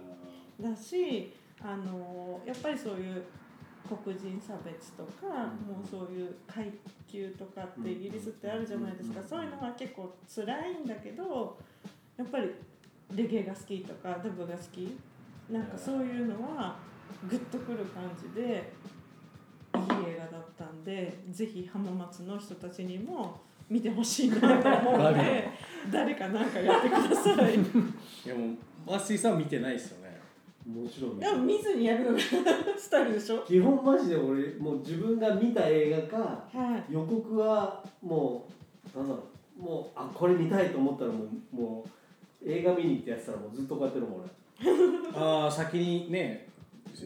[SPEAKER 4] だしあのやっぱりそういう黒人差別とか、
[SPEAKER 5] うん
[SPEAKER 4] もうそういう階級とかって
[SPEAKER 5] うん
[SPEAKER 4] イギリスってあるじゃないですか、
[SPEAKER 5] うん
[SPEAKER 4] そういうのは結構辛いんだけどやっぱりレゲエが好きとかダブが好きなんかそういうのはグッとくる感じでいい映画だったんでぜひ浜松の人たちにも見てほしいなと思うので誰かなんかやってください。
[SPEAKER 2] いやもうマッシーさんは見てないですよね
[SPEAKER 5] もちろん
[SPEAKER 4] でも見ずにやるのがスタイルでしょ
[SPEAKER 5] 基本マジで俺もう自分が見た映画か
[SPEAKER 4] はい。
[SPEAKER 5] 予告はもうなんだろうもうあこれ見たいと思ったらもうもう映画見に行ってやってたらもうずっとこうやってるもん
[SPEAKER 2] ああ先にね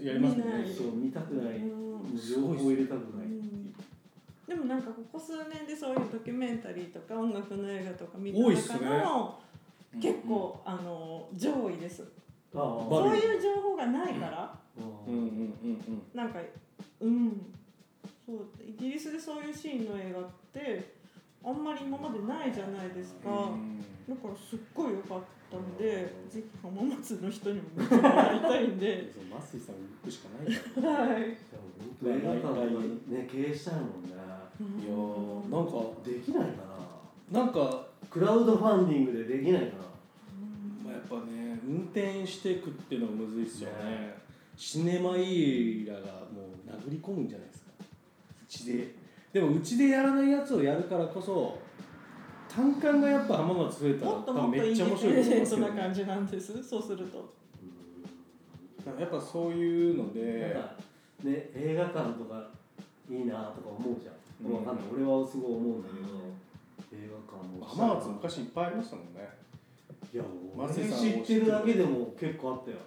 [SPEAKER 2] やりますもん
[SPEAKER 4] 見な
[SPEAKER 2] ね
[SPEAKER 5] 俺そう見たくない
[SPEAKER 4] うん
[SPEAKER 5] 情報入れたく
[SPEAKER 4] う
[SPEAKER 5] ない
[SPEAKER 4] んでもなんかここ数年でそういうドキュメンタリーとか音楽の映画とか見た
[SPEAKER 2] 多いっすね
[SPEAKER 4] 中の、結構、あの上位です
[SPEAKER 5] ああ
[SPEAKER 2] バ
[SPEAKER 4] そ
[SPEAKER 2] ル
[SPEAKER 4] ういう情報がないから、
[SPEAKER 2] うんうんうんうん
[SPEAKER 4] なんかうんそうイギリスでそういうシーンの映画ってあんまり今までないじゃないですか、だからすっごい良かったんで、ぜひ浜松の人にも見てもらいたいんで
[SPEAKER 2] そうマッシーさんに行くしかないから
[SPEAKER 4] はい。
[SPEAKER 5] でも映画館はね経営したいもんね
[SPEAKER 2] いやーなんか
[SPEAKER 5] できないか
[SPEAKER 2] なんか
[SPEAKER 5] なクラウドファンディングでできないかな
[SPEAKER 2] まあ、やっぱね運転していくっていうのがむずいっすよね
[SPEAKER 5] ね
[SPEAKER 2] シネマイーラがもう殴り込むんじゃないですかうちででもうちでやらないやつをやるからこそ単管がやっぱ浜松増えたら
[SPEAKER 4] も
[SPEAKER 2] 多
[SPEAKER 4] っと
[SPEAKER 2] 分
[SPEAKER 4] もっと
[SPEAKER 2] め
[SPEAKER 4] イ
[SPEAKER 2] っ
[SPEAKER 4] ン
[SPEAKER 2] ち
[SPEAKER 4] デ
[SPEAKER 2] ゃ面
[SPEAKER 4] ィペ
[SPEAKER 2] 白いと思いますけど、
[SPEAKER 4] ンデントな
[SPEAKER 2] ね、
[SPEAKER 4] 感じなんですそうすると
[SPEAKER 2] やっぱそういうの
[SPEAKER 5] なん
[SPEAKER 2] で
[SPEAKER 5] かね映画館とかいいなとか思うじゃん、
[SPEAKER 2] うん
[SPEAKER 5] わかんない俺はすごい思うんだけど、映画館も
[SPEAKER 2] 浜松昔いっぱいありましたもんね
[SPEAKER 5] いや俺
[SPEAKER 2] 松井さん
[SPEAKER 5] 知ってるだけでも結構あったよ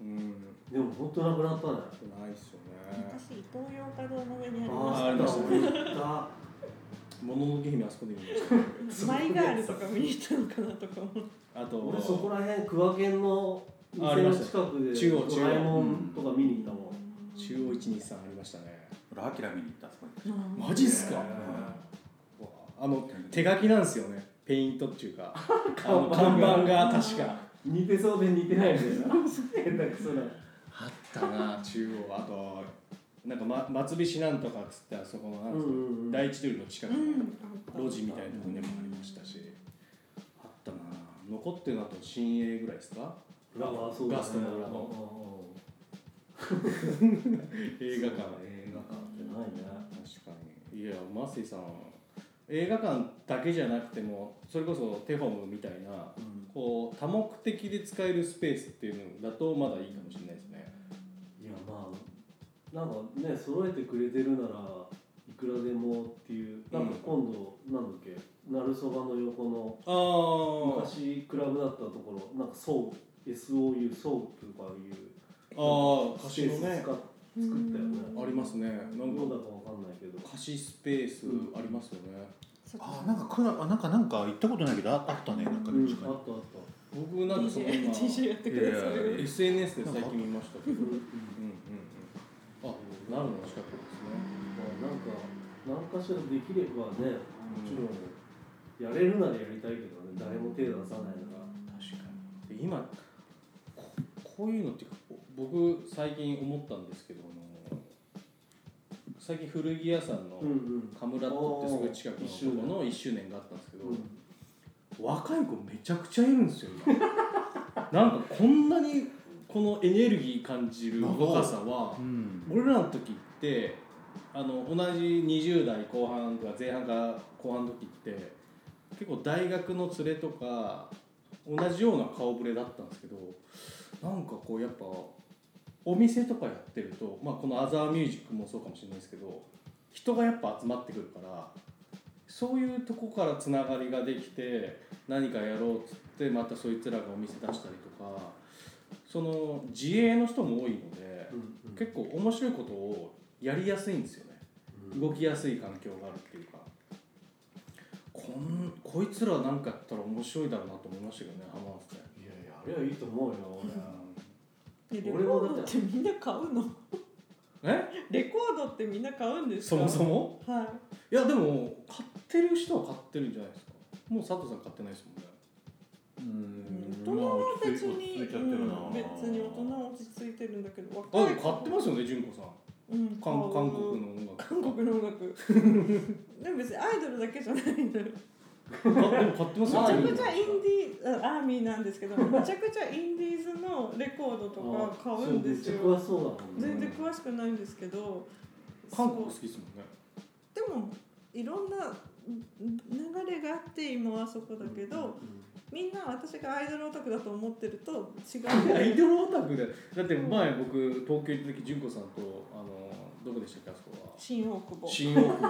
[SPEAKER 2] うん
[SPEAKER 5] でも本当なくなったね
[SPEAKER 2] ないっすよね
[SPEAKER 4] 昔伊東洋華堂の上にあり
[SPEAKER 5] ああ
[SPEAKER 2] あ
[SPEAKER 5] あ
[SPEAKER 2] り
[SPEAKER 5] りま
[SPEAKER 2] ま
[SPEAKER 5] し
[SPEAKER 2] したた
[SPEAKER 5] 俺行った
[SPEAKER 2] もののけ姫あそこで見ましたね
[SPEAKER 4] ますマイガールとか見に行ったのかなとか思って
[SPEAKER 2] あと
[SPEAKER 5] 俺そこら辺クワケンの
[SPEAKER 2] ああ
[SPEAKER 5] 店
[SPEAKER 2] りま
[SPEAKER 5] の
[SPEAKER 2] した
[SPEAKER 5] 近くで
[SPEAKER 2] 中央中央
[SPEAKER 5] ドラえもんとか見に行ったもん、
[SPEAKER 2] 中央123ありましたね
[SPEAKER 3] 俺アキラ見に行ったそこに
[SPEAKER 4] うん
[SPEAKER 2] マジっすか、
[SPEAKER 5] へー
[SPEAKER 2] あの手書きなんですよねペイントっていうかあ
[SPEAKER 5] 看
[SPEAKER 2] の
[SPEAKER 5] 板
[SPEAKER 2] 看
[SPEAKER 5] が
[SPEAKER 2] 板が確か
[SPEAKER 5] 似てそうで似てないみたいな変なクソな
[SPEAKER 2] あったな中央あとなんか、ま、松菱なんとかっつってあそこのなんつうの
[SPEAKER 5] うんうんうん
[SPEAKER 2] 第一通りの近く
[SPEAKER 4] う
[SPEAKER 2] の
[SPEAKER 4] ん
[SPEAKER 2] 路地みたいなとこにもありましたし、あったな残ってるのあと新鋭ぐらいですか
[SPEAKER 5] ああそうだね
[SPEAKER 2] ガストの裏の映画館
[SPEAKER 5] そうだね映画館ってないね
[SPEAKER 2] 確かにいやマッシーさん映画館だけじゃなくてもそれこそテフォームみたいな、
[SPEAKER 5] うん
[SPEAKER 2] こう多目的で使えるスペースっていうのだとまだいいかもしれないですね
[SPEAKER 5] いやまあなんかね揃えてくれてるならいくらでもっていうなんか今度、なんだっけ鳴そばの横の
[SPEAKER 2] ああ
[SPEAKER 5] 昔クラブだったところなんかソー SOU ソープとかいう
[SPEAKER 2] ああ
[SPEAKER 5] ス
[SPEAKER 2] 貸し
[SPEAKER 5] ペ
[SPEAKER 2] の
[SPEAKER 5] ース
[SPEAKER 2] ね
[SPEAKER 5] 使っ作ったよね
[SPEAKER 4] うん
[SPEAKER 2] ありますねなん
[SPEAKER 5] どうだ
[SPEAKER 2] か
[SPEAKER 5] かわかんないけど
[SPEAKER 2] 貸しスペースありますよね、
[SPEAKER 4] そっか
[SPEAKER 3] あなんかクラあなんかなんか行ったことないけどああったねなんか
[SPEAKER 5] うんあ
[SPEAKER 3] ね
[SPEAKER 5] っ
[SPEAKER 3] 確
[SPEAKER 5] た
[SPEAKER 3] か
[SPEAKER 5] あ
[SPEAKER 3] に
[SPEAKER 5] った
[SPEAKER 2] 僕なんかそこ
[SPEAKER 4] DJ,
[SPEAKER 2] 今
[SPEAKER 4] DJ やってくださ
[SPEAKER 3] いやいや
[SPEAKER 4] る
[SPEAKER 2] SNS で最近見ましたけど
[SPEAKER 5] う
[SPEAKER 2] う
[SPEAKER 5] ん、うん
[SPEAKER 2] んうんうんあなるの近くで
[SPEAKER 5] まあなんか何かしらできればねも
[SPEAKER 2] すね、
[SPEAKER 5] ちろんやれるならやりたいけどね誰も手出さないなら
[SPEAKER 2] 確かにで今ここういうのっていうかこう僕最近思ったんですけどあの最近古着屋さんの
[SPEAKER 5] うんうん
[SPEAKER 2] カムラットってすごい近くのとこの1周年があったんですけど、
[SPEAKER 5] うん
[SPEAKER 2] 若い子めちゃくちゃいるんですよ今なんかこんなにこのエネルギー感じる若さは
[SPEAKER 3] うん
[SPEAKER 2] 俺らの時ってあの同じ20代後半とか前半から後半の時って結構大学の連れとか同じような顔ぶれだったんですけどなんかこうやっぱお店とかやってると、まあ、この「アザーミュージック」もそうかもしれないですけど人がやっぱ集まってくるからそういうとこからつながりができて何かやろうっつってまたそいつらがお店出したりとかその自営の人も多いのでで結構面白いことをやりやすいんですよね動きやすい環境があるっていうかこんこいつらなんかやったら面白いだろうなと思いましたけどね浜松で
[SPEAKER 5] いやいやあれはいいと思うよ俺
[SPEAKER 4] えレコ
[SPEAKER 5] 俺も
[SPEAKER 4] ー
[SPEAKER 5] だ
[SPEAKER 4] ド
[SPEAKER 5] っ
[SPEAKER 4] っててみんな買うの
[SPEAKER 2] え
[SPEAKER 4] レコードってみんな買うんです
[SPEAKER 2] そ
[SPEAKER 4] か
[SPEAKER 2] もそも
[SPEAKER 4] はい
[SPEAKER 2] いやでも買ってる人は買ってるんじゃないですかもう佐藤さん買ってないですもんね
[SPEAKER 3] うん
[SPEAKER 4] 大人は別
[SPEAKER 3] まあ落ち着い
[SPEAKER 4] に、
[SPEAKER 3] 落ち着いちゃってるな
[SPEAKER 4] うん別に大人は落ち着いてるんだけど
[SPEAKER 2] あ
[SPEAKER 4] 若
[SPEAKER 2] で
[SPEAKER 4] い
[SPEAKER 2] も買ってますよね純子さん
[SPEAKER 4] うん、
[SPEAKER 2] 韓
[SPEAKER 4] 買う
[SPEAKER 2] 韓国の音楽
[SPEAKER 4] 韓国の音楽でも別にアイドルだけじゃないんだよ
[SPEAKER 2] あでも買ってま
[SPEAKER 4] め
[SPEAKER 2] す
[SPEAKER 4] ち
[SPEAKER 2] よ
[SPEAKER 4] ゃ
[SPEAKER 2] ね
[SPEAKER 4] くちゃインディーあアーミーなんですけ どめちゃくちゃインディーズのレコードとか買うんです
[SPEAKER 5] そうめっ
[SPEAKER 4] よ
[SPEAKER 5] ちゃ詳しそうだもんね
[SPEAKER 4] 全然詳しくないんですけど
[SPEAKER 2] 韓国好
[SPEAKER 4] そ
[SPEAKER 2] きですもんね
[SPEAKER 4] うでもいろんなん流れがあって今はそこだけど、みんな私がアイドルオタクだと思ってる と違
[SPEAKER 2] アイ
[SPEAKER 4] う
[SPEAKER 2] ドルオタクでだって前僕東京行った時純子さんとあのどこでしたっけあそこは
[SPEAKER 4] 新大久保
[SPEAKER 2] 新大久保で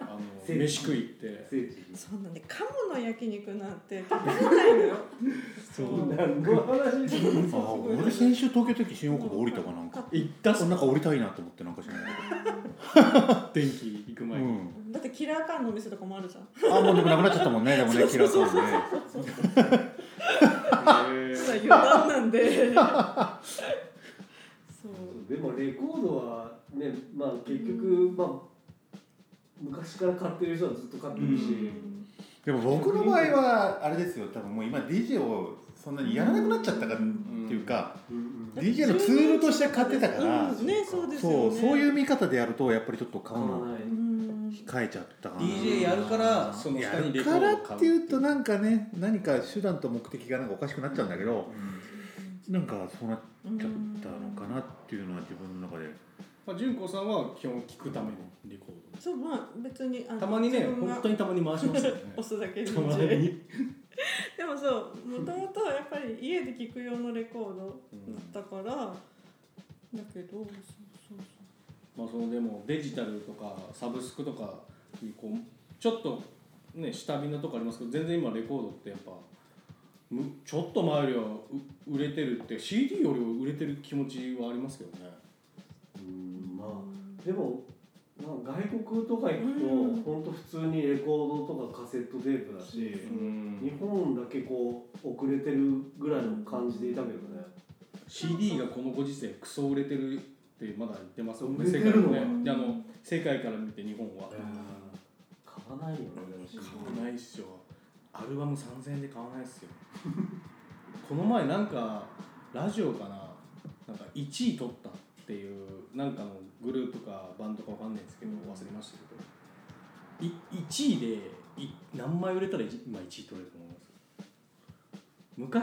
[SPEAKER 2] あ
[SPEAKER 5] 聖
[SPEAKER 2] の
[SPEAKER 5] 地
[SPEAKER 2] 飯食い行って
[SPEAKER 5] 聖地
[SPEAKER 4] そんなね鴨の焼肉なんて食べれないの よ
[SPEAKER 2] そう
[SPEAKER 5] 何の話してる
[SPEAKER 3] ああ俺先週東京の時新大久保降りたかなんか
[SPEAKER 2] 行ったっす
[SPEAKER 3] なんか降りたいなと思ってなんかしない
[SPEAKER 2] 電気行く
[SPEAKER 3] けど、
[SPEAKER 2] 前
[SPEAKER 3] う
[SPEAKER 2] に、
[SPEAKER 3] ん、
[SPEAKER 4] だってキラーカンのお店とかもあるじゃん
[SPEAKER 3] あもうでもなくなっちゃったもんねでもねキラーさんね
[SPEAKER 2] へ
[SPEAKER 4] それ
[SPEAKER 2] ー
[SPEAKER 4] 余談なんでそう
[SPEAKER 5] でもレコードはねまあ結局まあ昔から買ってる人はずっと買ってるし
[SPEAKER 3] でも僕の場合はあれですよ多分もう今 DJ をそんなにやらなくなっちゃったからっていうか、
[SPEAKER 5] うんうん
[SPEAKER 3] DJ のツールとして買ってたから、
[SPEAKER 4] うんねそうですよ
[SPEAKER 3] そ
[SPEAKER 4] ね
[SPEAKER 3] うそういう見方でやるとやっぱりちょっと買う
[SPEAKER 5] 買わ
[SPEAKER 3] の
[SPEAKER 5] ない
[SPEAKER 4] うん
[SPEAKER 3] 控えちゃったかな
[SPEAKER 2] DJ やるからその
[SPEAKER 3] や
[SPEAKER 2] 下にレ
[SPEAKER 3] る
[SPEAKER 2] コ
[SPEAKER 3] か
[SPEAKER 2] ー
[SPEAKER 3] ら
[SPEAKER 2] ドを
[SPEAKER 3] っ
[SPEAKER 2] 買
[SPEAKER 3] て
[SPEAKER 2] う
[SPEAKER 3] いうとなんかね何か手段と目的がなんかおかしくなっちゃうんだけど、なんかそうなっちゃったのかなっていうのは自分の中で
[SPEAKER 2] まあ、純子さんは基本聞くためのレコー
[SPEAKER 4] そうまあ別にあ
[SPEAKER 2] ド
[SPEAKER 4] の
[SPEAKER 2] たまにね
[SPEAKER 4] 自分が
[SPEAKER 2] 本当にたまに回しますよ ね
[SPEAKER 4] 押すだけで
[SPEAKER 2] たまに
[SPEAKER 4] でもそうもともとやっぱり家で聴く用のレコードだったから、だけどそうそう
[SPEAKER 2] まあそのでもデジタルとかサブスクとかにこうちょっとね下火なとこありますけど全然今レコードってやっぱむちょっと前よりはう売れてるって CD よりも売れてる気持ちはありますけどね
[SPEAKER 5] うん
[SPEAKER 4] そう
[SPEAKER 5] まあでもまあ外国とか行くと
[SPEAKER 4] うん
[SPEAKER 5] 本当普通にレコードとかカセットテープだし日
[SPEAKER 2] ん
[SPEAKER 5] 本だけこう遅れてるぐらいの感じでいたけどね
[SPEAKER 2] CD がこのご時世クソ売れてるってまだ言ってますもんね
[SPEAKER 5] 売れて
[SPEAKER 2] 世界
[SPEAKER 5] るの
[SPEAKER 2] ねであの世界から見て日本は
[SPEAKER 5] 買わないよねでも
[SPEAKER 2] 買わないっしょアルバム3000円で買わないっすよこの前なんかラジオかななんか1位取ったっていうなんかのグループかバンドかわかんないですけど忘れましたけどい1位でい何枚売れたらい今1位取れると思います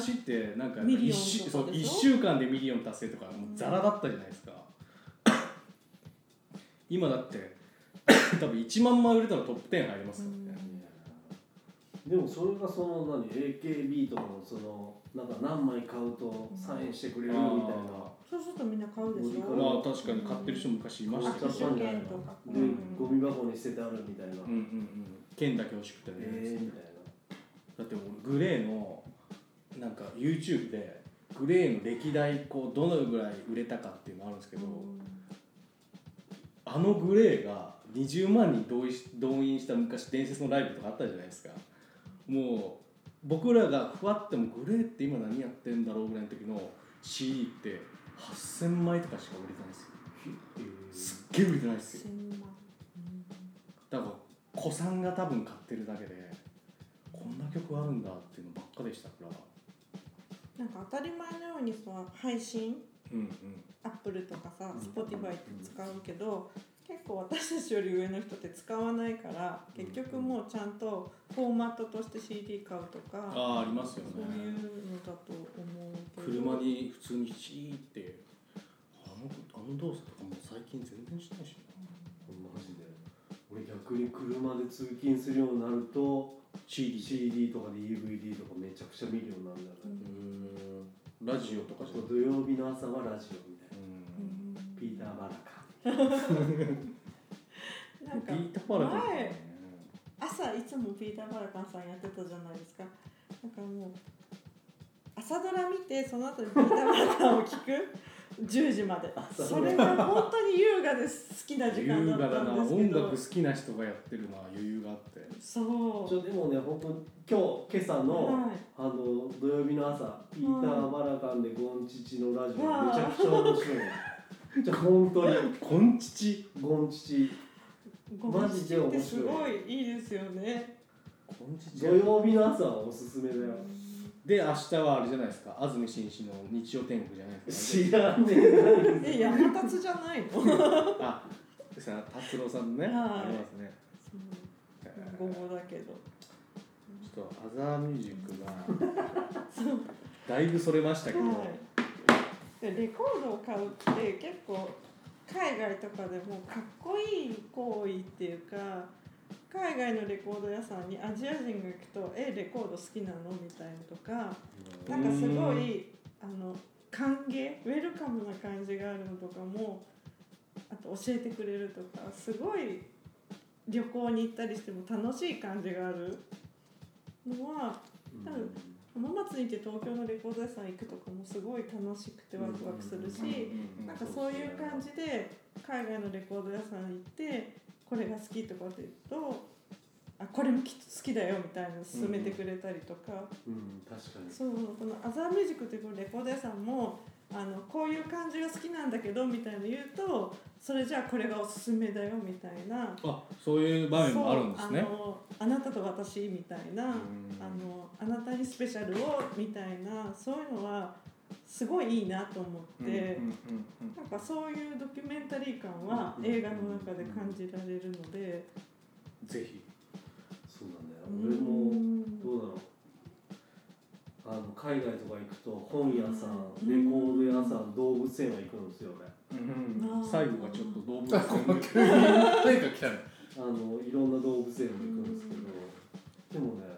[SPEAKER 2] 昔ってなんか
[SPEAKER 4] ミリオン
[SPEAKER 2] 一週
[SPEAKER 4] と
[SPEAKER 2] そう
[SPEAKER 4] かで
[SPEAKER 2] 1
[SPEAKER 4] しょ
[SPEAKER 2] 週間でミリオン達成とかもうザラだったじゃないですか今だって多分1万枚売れたらトップ10入りますからね、
[SPEAKER 5] でもそれがその何 AKB とかのそのなんか何枚買うとサインしてくれるみたいな
[SPEAKER 4] そうするとみんな買うでし
[SPEAKER 5] う
[SPEAKER 4] ょ
[SPEAKER 5] ん
[SPEAKER 2] まあ確かに買ってる人昔いましたけど、
[SPEAKER 4] 握手
[SPEAKER 2] うん
[SPEAKER 4] 券とか、
[SPEAKER 5] で
[SPEAKER 4] うん
[SPEAKER 5] ゴミ箱に捨ててあるみたいな
[SPEAKER 2] うんうん、剣だけ欲しくてね、
[SPEAKER 5] ええみたい
[SPEAKER 2] だって俺グレーのなんか YouTube でグレーの歴代こうどのぐらい売れたかっていうのあるんですけど、あのグレーが20万人動員し動員した昔伝説のライブとかあったじゃないですかもう僕らがふわってもグレーって今何やってんだろうぐらいの時の CD って8000枚とかしか売れたんですよすっげえ売れてないですよ
[SPEAKER 4] 千万
[SPEAKER 2] だから子さんが多分買ってるだけでこんな曲あるんだっていうのばっかでしたから
[SPEAKER 4] なんか当たり前のようにさ配信
[SPEAKER 2] うんうん
[SPEAKER 4] アップルとかさ
[SPEAKER 5] うん
[SPEAKER 4] Spotify って使うけど結構私たちより上の人って使わないから結局もうちゃんとフォーマットとして CD 買うとか
[SPEAKER 2] ああありますよ
[SPEAKER 4] そういう
[SPEAKER 2] ね
[SPEAKER 4] のだと思うけど
[SPEAKER 2] 車に普通にシーってあのあの動作とかもう最近全然しないし
[SPEAKER 5] なマジで俺逆に車で通勤するようになると
[SPEAKER 2] CD
[SPEAKER 5] CD とか DVD とかめちゃくちゃ見るようになるんだ
[SPEAKER 2] うーんラ
[SPEAKER 5] よね
[SPEAKER 2] ジオとか
[SPEAKER 5] あ
[SPEAKER 2] じ
[SPEAKER 5] と
[SPEAKER 2] ゃなくて
[SPEAKER 5] 土曜日の朝はラジオみたいな
[SPEAKER 2] うん
[SPEAKER 5] ピーター・バラカ
[SPEAKER 4] なんか
[SPEAKER 2] ピーターパラとか
[SPEAKER 4] 前
[SPEAKER 2] ね
[SPEAKER 4] 朝いつもピーター・バラカンさんやってたじゃないです かだからもう朝ドラ見てその後にピーター・バラカンを聞く10時まで
[SPEAKER 5] あそう
[SPEAKER 4] それが本当に優雅で好きな時
[SPEAKER 2] 優雅
[SPEAKER 4] 間だっ
[SPEAKER 2] だ
[SPEAKER 4] た
[SPEAKER 2] なん
[SPEAKER 4] ですけ
[SPEAKER 2] 音
[SPEAKER 4] ど
[SPEAKER 2] 楽好きな人がやってるのは余裕があって
[SPEAKER 4] そう
[SPEAKER 5] ちょでもね本当に今日今朝の、
[SPEAKER 4] はい
[SPEAKER 5] あの土曜日の朝ピーター・バラカンでゴンチチのラジオめちゃくちゃ面 白いのじゃあ本当に
[SPEAKER 2] こんちち
[SPEAKER 5] ゴンチチ
[SPEAKER 4] ご飯
[SPEAKER 5] マジで面白い
[SPEAKER 4] ってすごいいいですよね
[SPEAKER 2] こんち
[SPEAKER 5] 土曜日の朝はおすすめだよ
[SPEAKER 2] で明日はあれじゃないですか安住紳士の日曜天国じゃない ですか
[SPEAKER 5] 知らねえ
[SPEAKER 4] え山立じゃないのそう
[SPEAKER 2] あさ達郎さんのね、
[SPEAKER 4] はい
[SPEAKER 2] ありますね、えー
[SPEAKER 4] ごぼうだけど
[SPEAKER 2] ちょっとアザーミュージックがだいぶそれましたけど、
[SPEAKER 4] はい、でレコードを買うって結構海外とかでもかっこいい行為っていうか海外のレコード屋さんにアジア人が行くと「えレコード好きなの?」みたいなとかなんかすごいあの歓迎ウェルカムな感じがあるのとかもあと教えてくれるとかすごい旅行に行ったりしても楽しい感じがあるのは多分浜松にいて東京のレコード屋さん行くとかもすごい楽しくてワクワクするし
[SPEAKER 2] うん
[SPEAKER 4] なんかそういう感じで海外のレコード屋さん行ってこれが好きとかって言うとあこれもきっと好きだよみたいなの勧めてくれたりとか、
[SPEAKER 5] うん確かに
[SPEAKER 4] そうこのアザーミュージックっていうレコード屋さんもあのこういう感じが好きなんだけどみたいなの言うとそれじゃあこれがおすすめだよみたいな
[SPEAKER 2] あそういう場面もあるんですね
[SPEAKER 4] そうあのあなたと私みたいな。
[SPEAKER 2] うん
[SPEAKER 4] あのあなたにスペシャルをみたいなそういうのはすごいいいなと思
[SPEAKER 2] う
[SPEAKER 4] って、
[SPEAKER 2] んうんうん
[SPEAKER 4] なんかそういうドキュメンタリー感は
[SPEAKER 5] うん
[SPEAKER 4] 映画の中で感じられるので、
[SPEAKER 2] うんぜひ
[SPEAKER 5] そうなんだよ
[SPEAKER 4] う
[SPEAKER 5] 俺も
[SPEAKER 4] ん
[SPEAKER 5] どうだろうあの海外とか行くと本屋さん
[SPEAKER 4] うん
[SPEAKER 5] レコード屋さん動物園は行くんですよね
[SPEAKER 2] うん
[SPEAKER 4] あー
[SPEAKER 2] 最後がちょっと動物
[SPEAKER 3] あこの
[SPEAKER 2] 園で
[SPEAKER 3] 急に何か来たの
[SPEAKER 5] あのいろんな動物園も行くんですけど、でもね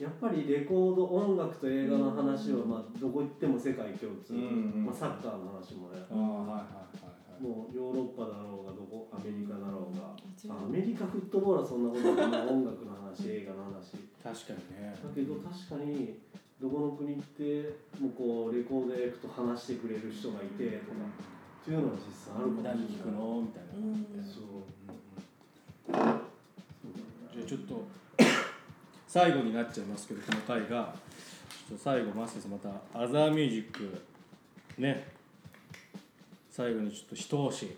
[SPEAKER 5] やっぱりレコード音楽と映画の話
[SPEAKER 4] う
[SPEAKER 5] は、
[SPEAKER 4] ん
[SPEAKER 5] まあ、どこ行っても世界共通、
[SPEAKER 2] うんうん
[SPEAKER 5] まあ、サッカーの話もね
[SPEAKER 2] あーはいはいはいはい
[SPEAKER 5] もうヨーロッパだろうがどこアメリカだろう
[SPEAKER 4] うん
[SPEAKER 5] が、あアメリカフットボールはそんなことない、まあ、音楽の話映画の話
[SPEAKER 2] 確かにね
[SPEAKER 5] だけど確かにどこの国行ってもうこうレコード屋行くと話してくれる人がいてとかっていうのは実際あるかもしれない
[SPEAKER 2] 何聞くのみたいな感じで
[SPEAKER 4] うん
[SPEAKER 5] そう
[SPEAKER 2] じ
[SPEAKER 5] そうだね
[SPEAKER 2] ゃあちょっと最後になっちゃいますけどこの回がちょっと最後マスターさんまたアザーミュージックね最後にちょっと一押し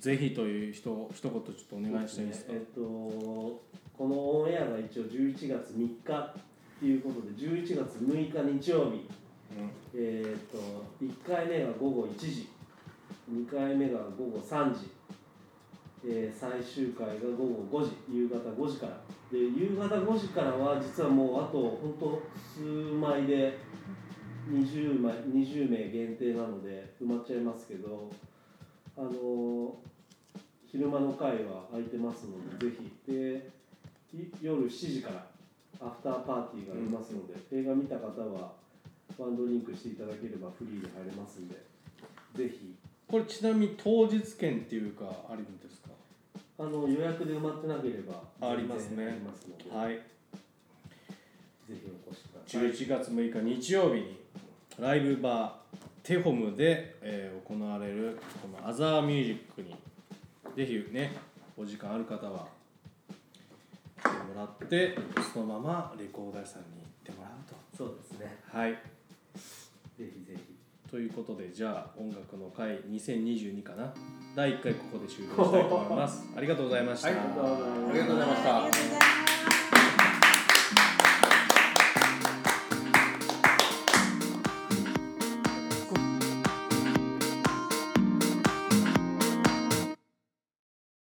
[SPEAKER 2] ぜひという人を一言ちょっとお願いしたいですか
[SPEAKER 5] えっとこのオンエアが一応11月3日っていうことで11月6日日曜日えーっと1回目が午後1時2回目が午後3時、えー最終回が午後5時夕方5時からで夕方5時からは実はもうあと本当数枚で20枚20名限定なので埋まっちゃいますけどあのー昼間の会は空いてますのでぜひでい夜7時からアフターパーティーがありますので、映画見た方はワンドリンクしていただければフリーで入れますんでぜひ
[SPEAKER 2] これちなみに当日券っていうかあるんですか
[SPEAKER 5] あの予約で埋まってなければ
[SPEAKER 2] ありますね
[SPEAKER 5] 全然ありますので、
[SPEAKER 2] はい
[SPEAKER 5] ぜひお越しください。
[SPEAKER 2] 11月6日日曜日にライブバーテホムで、えー行われるこのアザーミュージックにぜひねお時間ある方は来てもらってそのままレコーダー屋さんに行ってもらう
[SPEAKER 5] そうですね。
[SPEAKER 2] と。はい
[SPEAKER 5] ぜひぜひ。
[SPEAKER 2] ということでじゃあ音楽の会2022かな第1回ここで終了したいと思います。ありがとうございました。
[SPEAKER 5] ありがとうございます
[SPEAKER 3] ありがとうございました
[SPEAKER 4] ありがとうございます